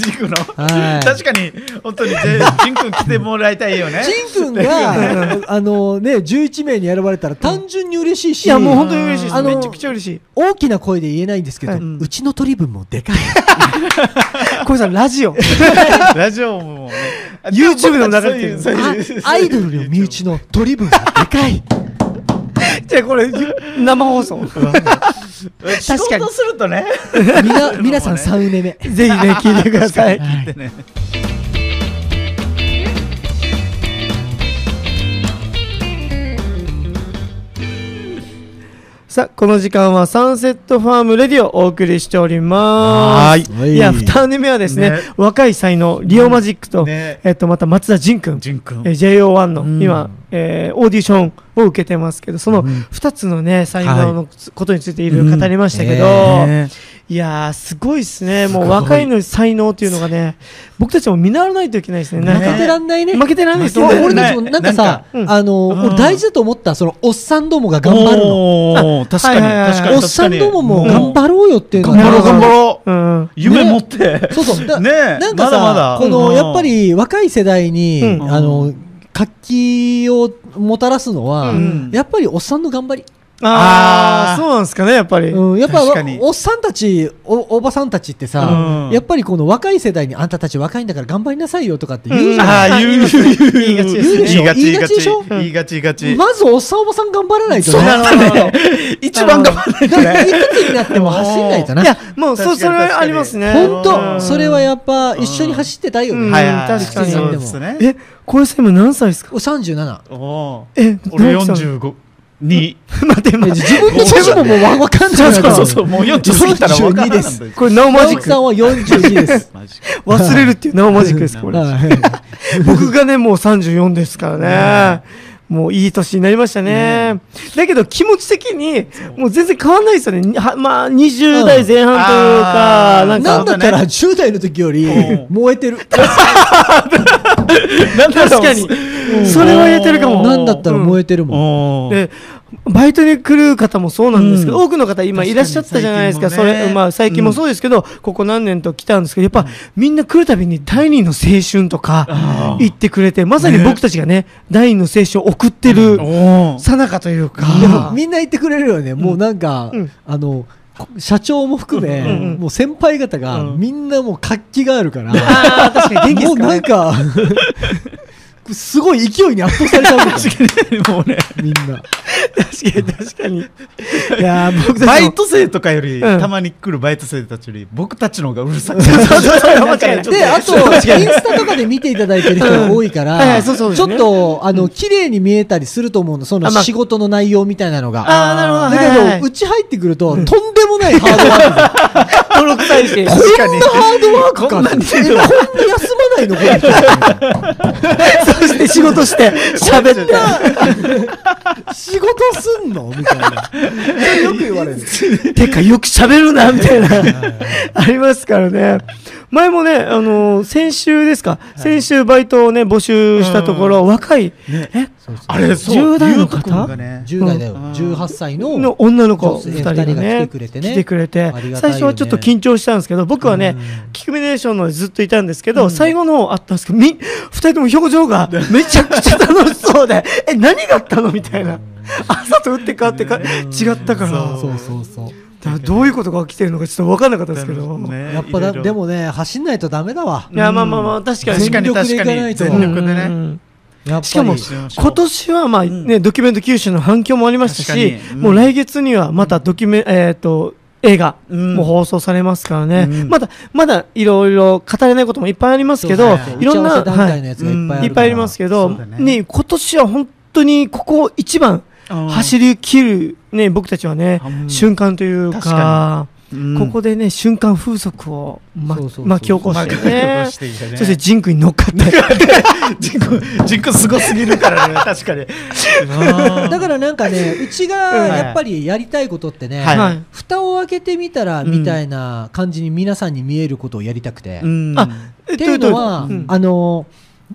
君もねジンくんの
はい
確かに本当にジジンくん来てもらいたいよね
ジン君が、 あのね、11名に選ばれたら単純に嬉しいし、
いやもう本当に嬉しいです
あの
めちゃくちゃ嬉しい
大きな声で言えないんですけど、
はいう
ちの取り分もで かい。
これさラジオ
ラジオもね
YouTube の中で
そういうそういう
あアイドルの身内の取り分がで かい。
じゃあこれ生放送
仕
確かに
事するとね
みな、皆さん3年目。
ぜひね、聞いてください。
はい
さあ、この時間はサンセットファームレディオをお送りしておりま
は
す。
ーい
いや、2年目はですね、
ね
若い才能、リオマジックと、
ね
えっと、また松田仁君、
ジンくん
えー JO1 の
ん
今、えーオーディションを受けてますけど、その2つのね、才能のことについていろいろ語りましたけど、
うん
ね
いやー、すごいですね。も
すご
う
い
若いのに才能っていうのがね、僕たちも見習わないといけないですね。なん
負
か
けてらんないね。
負けてないんですよ。
負けて
俺
俺
た
た
ち
ち
も
も
なんかさ、
なんかうん
あの、
うん
俺大事だと思った、その、おっさんどもが頑張るの。
おー確かに
はいはいはい
確かに
おっさんどもも
確かに
頑張ろうよっていうの
頑張ろ
な
う
る
頑張ろう
うん。
夢
ね
持って
そうそう。だ
ねえ
なんか
まだ
さ
まだ、
この、
うん
やっぱり若い世代に、
うん
あの、活気をもたらすのは、
うん
やっぱりおっさんの頑張り。
ああ
あー
そうなんですかねやっぱり、
うん、やっぱ
確かに
おっさんたちお、おばさんたちってさ、
うん
やっぱりこの若い世代にあんたたち若いんだから頑張りなさいよとかって言うじゃん。
あー言う言う
言いがちですね
言いがち
言い
言い
が
が
ちでし
ち
ょ
言いがち言いがち
まずおっさんおばさん頑張らないとね。
なるほど なるほど
一番頑張らないと
だからい
ね
くつになっても走んないと
い
な
や。もう
確
そ
かに
それ
確か
は
に
ありますね
本
う
当
ん
それはやっぱ一緒に走ってたいよ
う
ね。
ん
はいはい
確かに
そうですね
えこれさ今何歳ですか
俺37。
おー
え
俺
直樹さん
45に
待って 待って
自分の年ももうわわかんない
そうそう
う。
そうもう40過ぎたら分から
42
ん
です
なんだよ
これナオマジ
直
ッ
樹さ
ク
んは42です。
マジか
忘れるっていうナオマジックですこれ
は
僕がねもう34ですからねもういい年になりましたね。だけど気持ち的にもう全然変わんないですよね。はまあ20代前半というか、
うんあー
ないん
な
か
んだったら10代の時より
うん
燃えてる。
なんだろう
確かに
ん
それは言えてるかも。
なんだったら燃えてるもん。
おー
でバイトに来る方もそうなんですけど、
うん
多くの方今いらっしゃったじゃないですか
確か
そ
に最近もね
れ、まあ、最近もそうですけど、ここ何年と来たんですけどやっぱ、みんな来るたびに第二の青春とか
あー
言ってくれてまさに僕たちがね第二の青春を送ってる
おー
さなかという
でも
か。
みんな言ってくれるよね、もうなんか、
うん
あのこ社長も含め、
うんうん
もう先輩方が、
うん
みんなもう活気があるから、
ああ、確 かに元気で
も
す
う
から
なん
ね。
かすごい勢いに圧倒されたわけだ よ
もうね
みんな
確かに、確かに。いやー、僕たちも
バイト生とかより、
うん
たまに来るバイト生たちより僕たちの方がうるさくて
間違いない
ちょっと
であとインスタとかで見ていただいてる人が多いか
う
ら、
んはいはいそうそうで
ち
す
ょ
ね
っとあの綺麗に見えたりすると思うのその
あまあ
仕事の内容みたいなのが。
ああ、なるほど。
だけど、
はいはいう
ち入ってくると、とんでもないハードワークだ
登録されて。
確かに
こんなハードワークか
こんなに
えこんな休まないのこの人
そして仕事して、喋って。
仕事すんのみたいな。よく言われる。
てか、よく喋るな、みたいな。ありますからね。前もね、あのー先週ですか、先週バイトをね、募集したところ、若い、え
あれそう
10代の方
ゆうとくんがね
10代だよ。
うん
18歳の。
の女の子
女性
2人がね
二人が来てくれてね
来てくれて
ありがたいよね
最初はちょっと緊張したんですけど僕はね、キクミネーションのずっといたんですけど、最後の方あったんですけどみ2人とも表情がめちゃくちゃ楽しそうで え何があったのみたいな朝と打って変わってか違ったから
そ
だ
うそうそう。
からどういうことが起きてるのかちょっと分かんなかったですけど、
ね
やっぱだ、
いろいろ
でもね、走んないとダメだわ
い。やまあまあまあ確かに
確かに確か
全力で行かない
に
と
全力で
う
ね
ん
やっぱり
しかも今年はまあね、ドキュメント九州の反響もありましたし
確、かにうん
もう来月にはまたドキュメ、えっ、と、映画も放送されますからね、
うん
まだ、まだいろいろ語れないこともいっぱいありますけど、
そう
い
そうそう
ろんな、
打ち合わせ団体の
い、
やつがいっぱいあるから、
いっぱいありますけど、
そうだ
ね
ね
今年は本当にここ一番
うん
走り切る、ね、僕たちはね、
うん
瞬間というか
確かうん
ここでね、瞬間風速を、ま、
そうそうそう
巻き起こしてね
巻き起こしていくね
そしてジンクに乗っかって、
人口人口すごすぎるからね確かに
だからなんかね、うちが
はい
やっぱりやりたいことってね、
はい
はい
蓋を開けてみたら
うん
みたいな感じに皆さんに見えることをやりたくて。
うん
あえ
っていうのは、
どういうことうん
あの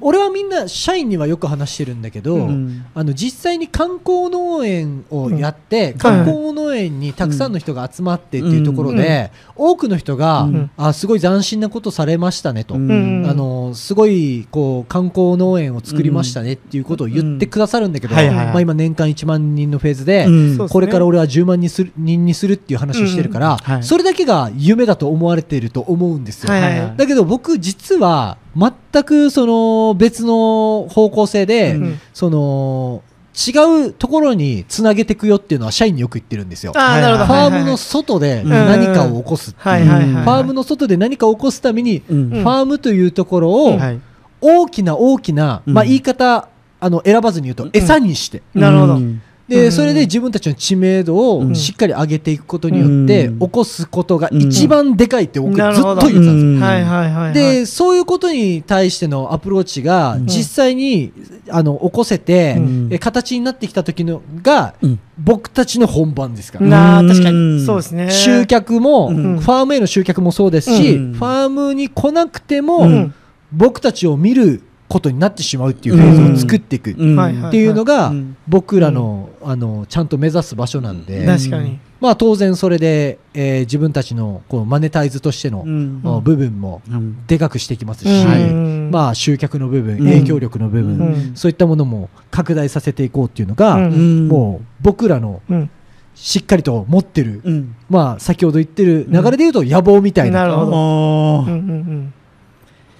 俺はみんな社員にはよく話してるんだけど、
うん
あの実際に観光農園をやって、
ん
観光農園にたくさんの人が集まってっていうところで、多くの人が、
うん
あすごい斬新なことされましたねと、
うん
うん
あのすごいこう観光農園を作りましたねっていうことを言ってくださるんだけど、
うんはいはいはい
まあ、今年間1万人のフェーズで、
うん
そう
これから俺は10万人する人にするっていう話をしてるから、
うんはい
それだけが夢だと思われていると思うんですよ。
はいはい
はい
だけど僕実は全くその別の方向性で、
うん
その違うところにつなげていくよっていうのは社員によく言ってるんですよ。
あーなるほど。
ファー
はい
ム
はい
の外で
うん
何かを起こすって、
はいいうはいはいはい。
ファームの外で何かを起こすために、
うん
うん
ファームというところを
はい
大きな大きな、
うん
まあ、言い方あの選ばずに言うと餌にして、
なるほど。
うん
うん
でそれで自分たちの知名度
う
を
ん
しっかり上げていくことによって、
うん
起こすことが一番でかいって僕ずっと言ってたんです
う
よ。
ん
はいはいはいはい。
で、そういうことに対してのアプローチが、
うん
実際に、あの、起こせて、
うん
え形になってきた時のが、
うん
僕たちの本番ですから。
なあ、
うん
確かに。そうですね。
集客も、
うん
ファームへの集客もそうですし、
うん
ファームに来なくても、
うん。
僕たちを見ることになってしまうっていうフェーズを作っていくっ
うん
はいはい
ていうのが、
うん
僕らの、あの、ちゃんと目指す場所なんで、
うん
確かに。
まあ当然それで、えー自分たちの、こう、マネタイズとしての、
うん
あの部分も、
うん
でかくしていきますし、
はい
うん
まあ、集客の部分、
うん
影響力の部分、
うん
そういったものも拡大させていこうっていうのが、
うん
もう僕らの
うん。
しっかりと持ってる、
うん
まあ、先ほど言ってる流れで言うと野望みたい
な
な、
るほど。
お
うん
ー
うん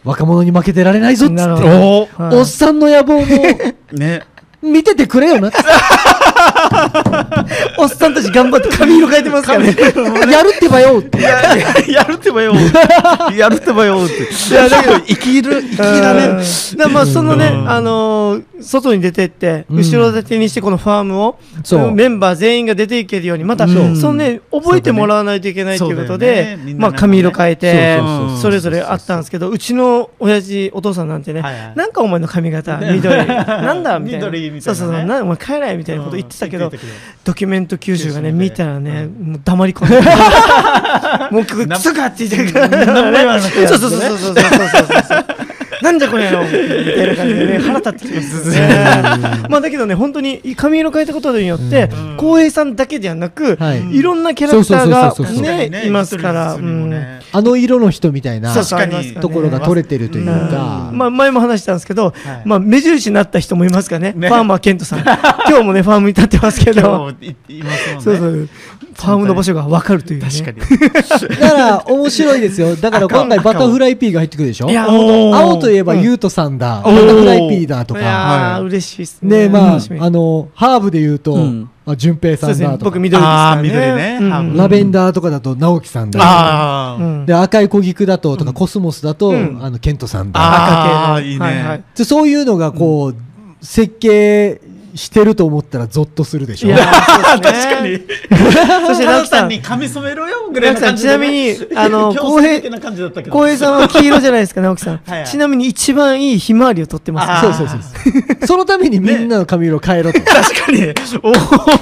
若者に負けてられないぞっつっ
なるほ
て、
ど
おー
うん。はい
おっさんの野望も
ね
見ててくれ よなっつって
おっさんたち頑張って髪色変えてますからね。
やるってばよって
い。やいややるってばよやるってばよっていやだけど生きる生きられる
うんだからまあそのね、
うん
あのー外に出てって、
うん
後ろ盾にしてこのファームを、
そう
メンバー全員が出ていけるように、また、
うん
そのね、覚えてもらわないといけないということ
そうだ
で
よね、みんなね
まあ髪色変えて
そうそうそうそ、う
それぞれあったんですけど、うちの親父、お父さんなんてね、
はいはい
なんかお前の髪型、緑、なんだみたいな。
緑みたいなね
そうそうそう、なんお前帰れみたいなこと言ってたけど、ドキュメント90がね、
90
見たらね、
うん
もう黙り込んで、もう、くっつかって言ってるから、
名前は
そうそうそうそうそうそうそうそう。なんじゃこりゃよみたいな感じでね腹立ってきますねまあだけどね本当に髪色変えたことによって
うん
浩平さんだけじゃなく
はい
いろんなキャラクター
そうそうそうそう
確
が
かに
ねいますからうん
あの色の人みたいな
そう
確かに
ありますよね
ところが取れてるという
う
か
ん、まあ前も話したんですけど
はい
まあ目印になった人もいますからねフ
ね
ァーマーケントさ ん今日もねファームに立ってますけど
今日いいますもんね
そうそうファームの場所が分かるというね
確か
だから面白いですよだから今回バタフライピーが入ってくるでしょ
いや
に
青といえば
う
ユートさんだ、
うん
バタフライピーだと
い
か、
や
は
ー
い
嬉しいです
ね
ね
まあ、
楽しみ
あのハーブで言うと、
うん
あ順平
そう
さ
で
ん
すね
だとか、
僕緑ですからね
あー緑ね
うん
ハーブ
ラベンダーとかだと直樹さんだとか
あ
う
ー
ん
で赤い小菊だととか、コスモスだと、
うん
あのケントさんだ
あー
赤系の
いいね
はいはい
でそういうのがこう、設計してると思ったらゾッとする でし
い
ょ
やー、確か
に。
そして、ラ
ラ
ク
クさ
さん
んに、髪染めろよぐらいの感じ
ラクさんちなみに あの
公平な感じだったけど
浩平さんは黄色じゃないですか、直樹さん。
はいはい
ちなみに一番いいひまわりを取ってます。
あ
そうそうそうそうそのためにみんなの髪色変えろと、
確かに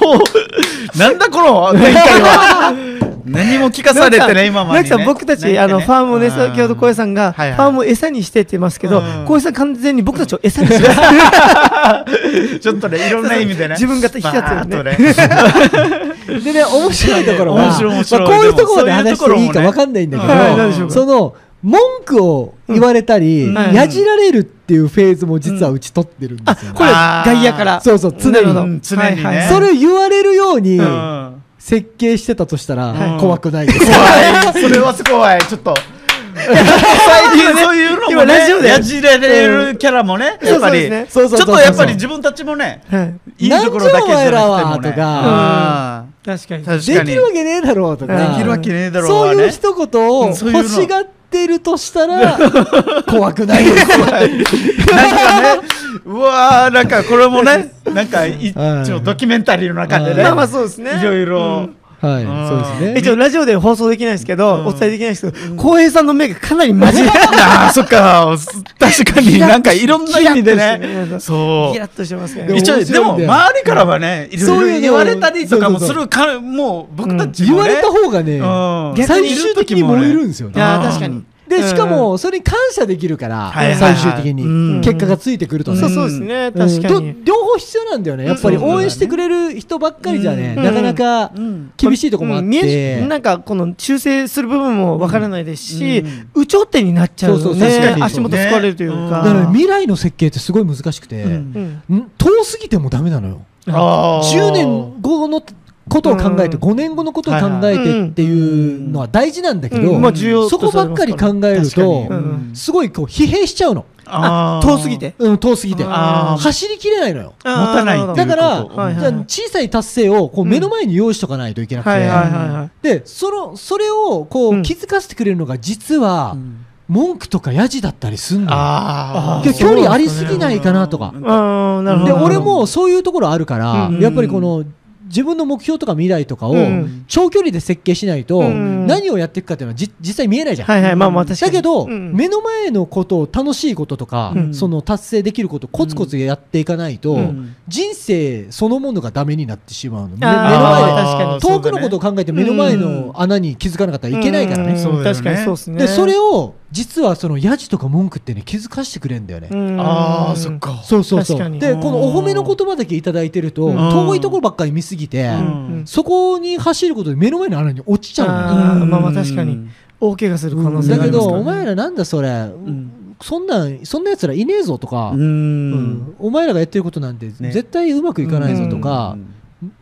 おおなんだこの展開は何も聞かされてね今まで
直樹さん、僕たち、あの、ファームをね、先ほど浩平さんが、フ
はいはい
ァームを餌にしてって言いますけど、
うん
浩平さん完全に僕たちを餌に してます。
んちょっとねいろんな意味でね
自分が引き立つよね
バーッとね
でね面白いところは
面白い面白い
まあ、こういうところまで
でもそ
話し
ういうとこ
て
ろも
い
ね
いか分かんないんだけど、
はい何でしょうか
その文句を言われたり、
うんはい
やじられるっていうフェーズも実はうち取ってるんで
あ、
すよ、
これ、
あー
外野から。
そうそう常に
なるほど
うん常にね
はいはい
それを言われるように
うん
設計してたとしたら、
はい
怖くないです、
怖いそれはすごいちょっと最近そういうのも
今ラジオ
ね
で
やじられるキャラもねやっぱり
そう
そうそうそ
ちょっ
うそう
とやっぱり自分たちもね
はい
いいところだ
な
けじゃなく
んちゃ
ても
お
ね
前らはと
か
うん
確かに。
確か
で
に
きるわけねえだろうとか、
できるわけねえだろ
そう
はね
いう一言を
うんそういうの
欲しがってるとした ら怖くないです
なんかね、うわー、なんかこれもね、なんか一
はい
応ドキュメンタリーの中でね、
まあまあ、そうですね。
いろい
うん
ろ、
はい
ん
そうです
え、
ね
ちょ、ラジオで放送できないですけ
う
ど、
ん
お伝えできないですけど、浩平さんの目がかなり真面目。
ああ、そっか、確かになんかいろんな意味でね、そ
ギ
う。
ラッとしてますけどね。
一応、でも、周りからはね、いろいろ言われたりとかも
そうい
す
うの
るか、もう僕たち
言
も
わ
ね、
れた方がね、
うん
逆
最終的に燃えるんですよ
い
ね。
やー確かに。
で、しか
うん、
も、それに感謝できるから、
はいはいはい
最終的
う
に
ん
結果がついてくるとね。
そう
うん
そうですね、
うん
確かに。
と両方必要なんだよね。やっぱり
うんそうだね
応援してくれる人ばっかりじゃね、
うん
なかなか
うん
厳しいとこもあっ
うん見
て。
えなんかこの修正する部分もわからないですし、
う
うん有頂天になっちゃう
そ
と
うそう確か
ね、
に
足元疲れるという
う
か。
ん
だからね未来の設計ってすごい難しくて、
うん
うん
ん遠すぎてもダメなのよ。
あー
10年後のことを考えて、
うん
5年後のことを考えてっていうのは大事なんだけど、
うんまあ重要
そ
と
こ
さ
ば
れ
っ
ま
か
す
り
から
考える
確かに
と
う、ん
すごいこう疲弊しちゃうの。
あー
遠すぎて。
うん、遠すぎて。
あー
走りきれないのよ。
持
持たないっていうこと
だから
はい
じゃあ小さい達成をこう
うん
目の前に用意しとかないといけなくて、
はいはいはいはい。
でそのそれをこ
う
うん気づかせてくれるのが実は文句とかやじだったりすんの、
あ
で
ー
距離ありすぎないかなとか
そう
あーなるほ
で
ど。
俺もそういうところあるから、
うん
やっぱりこの自分の目標とか未来とかを
うん
長距離で設計しないと
うん
何をやっていくかっていうのはじ実際見えないじゃん。
はいはい、まあまあ確か
だ
に。
けど、
うん
目の前のことを楽しいこととか、
うん
その達成できることをコツコツやっていかないと、
うん
人生そのものがダメになってしまうの目目の
あー
前で
あー
遠くのことを考えて目の前
うん
の穴に気づかなかったらいけないから
うん
ね、
そうだよね
確かにそうですね。
でそれ
を、
を実はそのヤジとか文句ってね気づかしてくれんだよね、
あー、そっ。か。
そうそうそう
確かに
でこのお褒めの言葉だけいただいてると、
うん
遠いところばっかり見すぎて、
うん
うん
そこに走ることで目の前の穴に落ちちゃうんだよ
あーまあまあ確かに。大怪我する可能性
だ
があ
け
りま
ど、
すから
お
ね。
前らなんだそれ、
ん
そんなんそんなやつらいねえぞとか、
う
うんんお前らがやってることなんて
ね
絶対うまくいかないぞとか、
うん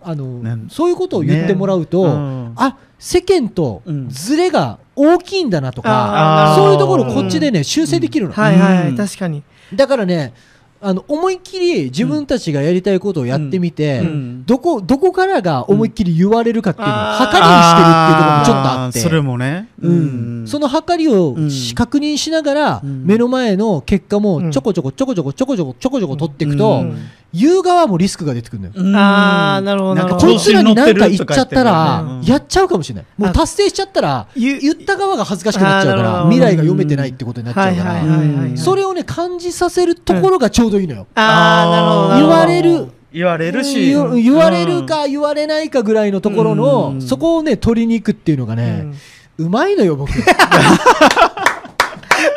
あの
ね
そういうことを言ってもらうと、
ねうん
あ世間と
うん
ズレが大きいんだなとか、
あー
そういうところこっちでね、修正できるの、
はいは
う
い、
ん
確かに。
だからねあの思いっきり自分たちがやりたいことをやってみて、
うんうん
どこどこからが思いっきり言われるかっていうのを
うん
測りにしてるっていうところもちょっとあって。
ーそれもね。
うん、その測りをし
うん
確認しながら、
うん
目の前の結果もちょこちょこちょこちょこちょこちょこちょこちょこ取っていくと、言う側もリスクが出てくるんだよ。
うん
あーなるほど
なんか
こい
調
つ
子
ら
に乗
にな
って
んか
る
言
と
っ
か
ちゃったら、
言
や
って
っちゃうかもしれない。もう
あ
達成しちゃったら、
言う
言った側が恥ずかしくなっちゃう
あ
か
ーなる
ら、
ほど
未来が読めてないってことになっちゃうか
は
ら
い、はいはいはいはい、
それをね、感じさせるところがちょうどいいのよ。
ああ、なるほ
言
ど。
われる。
るよねうん言われるし。
言う言われる
うん。
か言われないかぐらいのところ
う
の、
ん
そこをね、取りに行くっていうのがね、うまいのよ、僕。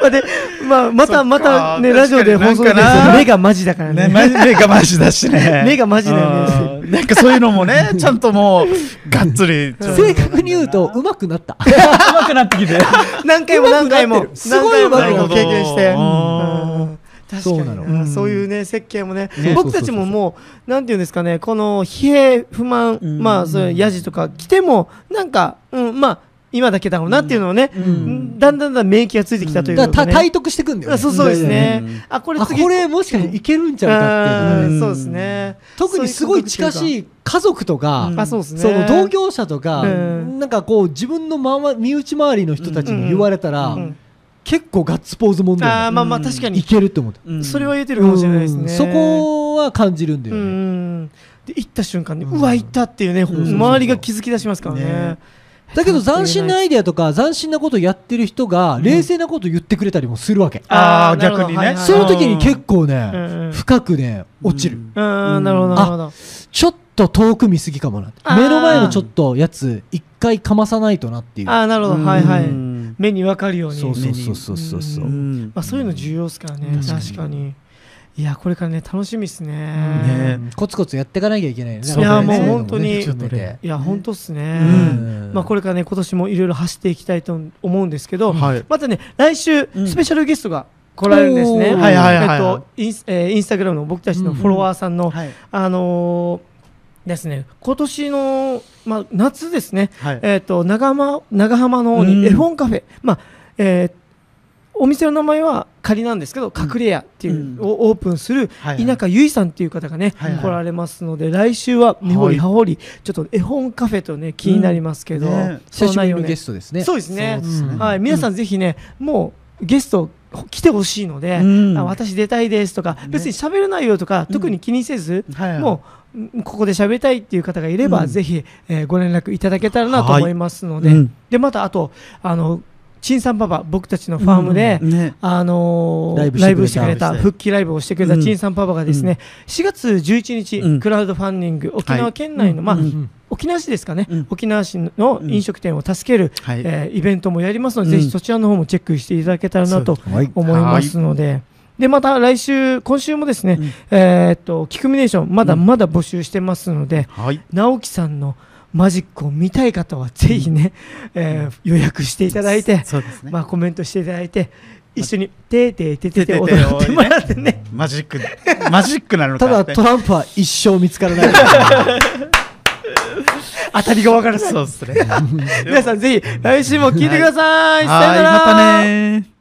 まあで、まあ、ま
そっか
たまたね、ラ
確かに
ジオで放送できるんですけ
なんか
ど
な
目がマジだからね。
ね、ま目がマジだ しね。
目がマジだよね
うんなんかそういうのもね、ちゃんともう、がっつり。
正確に言うと、上手くなった。
上手くなってきて。
何回も何回も
上手くなってるす
何
ご
回
い
も
上
何
手く
回
な
も
っ
て
経験
る
して
うん
うん確
そうな
か
の
になそういうね設計もね
ね
僕たちももうなんていうんですかねこの疲弊不満
うん
まあそういうヤジとか来てもなんかうんまあ今だけだろうなっていうのをね
うん
うんだんだんだん免疫がついてきたという
だ
か
から
ね
た体得してくんだよね。
あそうそうですね
うん
あこれ
あ、
次
これもしかしていけるんちゃうかっていううね。
んそうですね
特にすごい近
そうう感覚というか
しい家族とか、
あそうですね
その同業者とか、
うん
なんかこう自分のまま身内周りの人たちに言われたら、
うん
結構ガッツポーズもんだ
あ
よ
ーまあまあ確か
ねい
に
けるって思った、
うん
それは言えてるかもしれないです
う
ね
んそこは感じるんだよ
う
ね、
んで行った瞬間に
うん
うわ行ったっていうね
ん
周りが気づき出しますからね
ね
だけど斬新なアイデアとか斬新なことやってる人が冷静なこと言ってくれたりもするわけ、
あ
あ
あ、
ーなるほど
逆に
はい
ね。
はい
その時に結構ね、
うん
深くね落ちる、
うん
うん、なるほど、なるほど。
ちょっと遠く見すぎかもな
あー
目の前のちょっとやつ一回かまさないとなっていう
ああ、なるほど、はいはい。
うん
目に分かるように。
そうそうそうそうそうそううん
ん
まあ、そういうの重要ですからね、
うん
確かに。いや、これからね、楽しみですね。
ね
コツコツやっていかなきゃいけないよね
いやもう
だからね
本当に
そういうのもねちょっとね
いや、本当っすね。
うん
まあ、これからね、今年もいろいろ走っていきたいと思うんですけど、
はい
またね、来週、
うん
スペシャルゲストが来られるんですね。
おー
はいはいはいはい
えっと、インス、えーインスタグラムの僕たちのフォロワーさんの、
はい。
あのーですね、今年の、まあ、夏ですね、
はい
えっ、と長浜長浜の方
うん
に絵本カフェ、まあえーお店の名前は仮なんですけど、隠れ家っていう、
うん
をオープンする
はいはい
稲中由衣さんっていう方がね、
はいはい
来られますので、来週は根掘り葉掘り、ちょっと絵本カフェとね気になりますけど、
うんね
そ
久
の
しぶ
内
り
容
の
ね
ゲストですね
そうですね
そうですね
うん
はい、皆さんぜひね、もうゲスト来てほしいので、
うん
あ私出たいですとか、別に喋る内容とか、特に気にせず、
はいはい
もうんここで喋りたいっていう方がいれば、
うん
ぜひ、えーご連絡いただけたらなと
はい
思いますので、
うん
でまたあとあの陳さんパパ僕たちのファームで、
ね。
あのー
ライブ
ライブし
してて
く
く
れ
れ
た
た
復帰ライブをしてくれた
うん
陳さんパパがですね、4月11日、
うん
クラウドファンディング沖縄県内の、まあ
うんうん
沖縄市ですかね、
うん
沖縄市の飲食店を助ける、
はい
えーイベントもやりますので、
うん
ぜひそちらの方もチェックしていただけたらなと
そうですね
思いますので。でまた来週、今週もですね、
うん
えーっと、キクミネーション、まだまだ募集してますので、
はい。
直樹さんのマジックを見たい方は、ぜひね、えー予約していただいて、
そうですね
まあ、コメントしていただいて、一緒に、てーてーてーてーてー
てー
踊
てー
っても らってね、
マジック、マジックなのか
ただ
って
トランプは一生見つからない
当たりが分からない。
そうですね。
皆さん、ぜひ、来週も聞いてください。
はい
さよなら。
またねー。